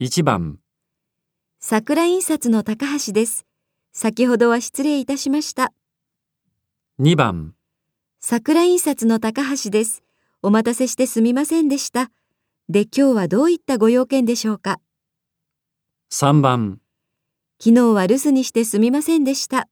1番、桜印刷の高橋です。先ほどは失礼いたしました。 2番、桜印刷の高橋です。お待たせしてすみませんでした。で、今日はどういったご用件でしょうか。 3番。昨日は留守にしてすみませんでした。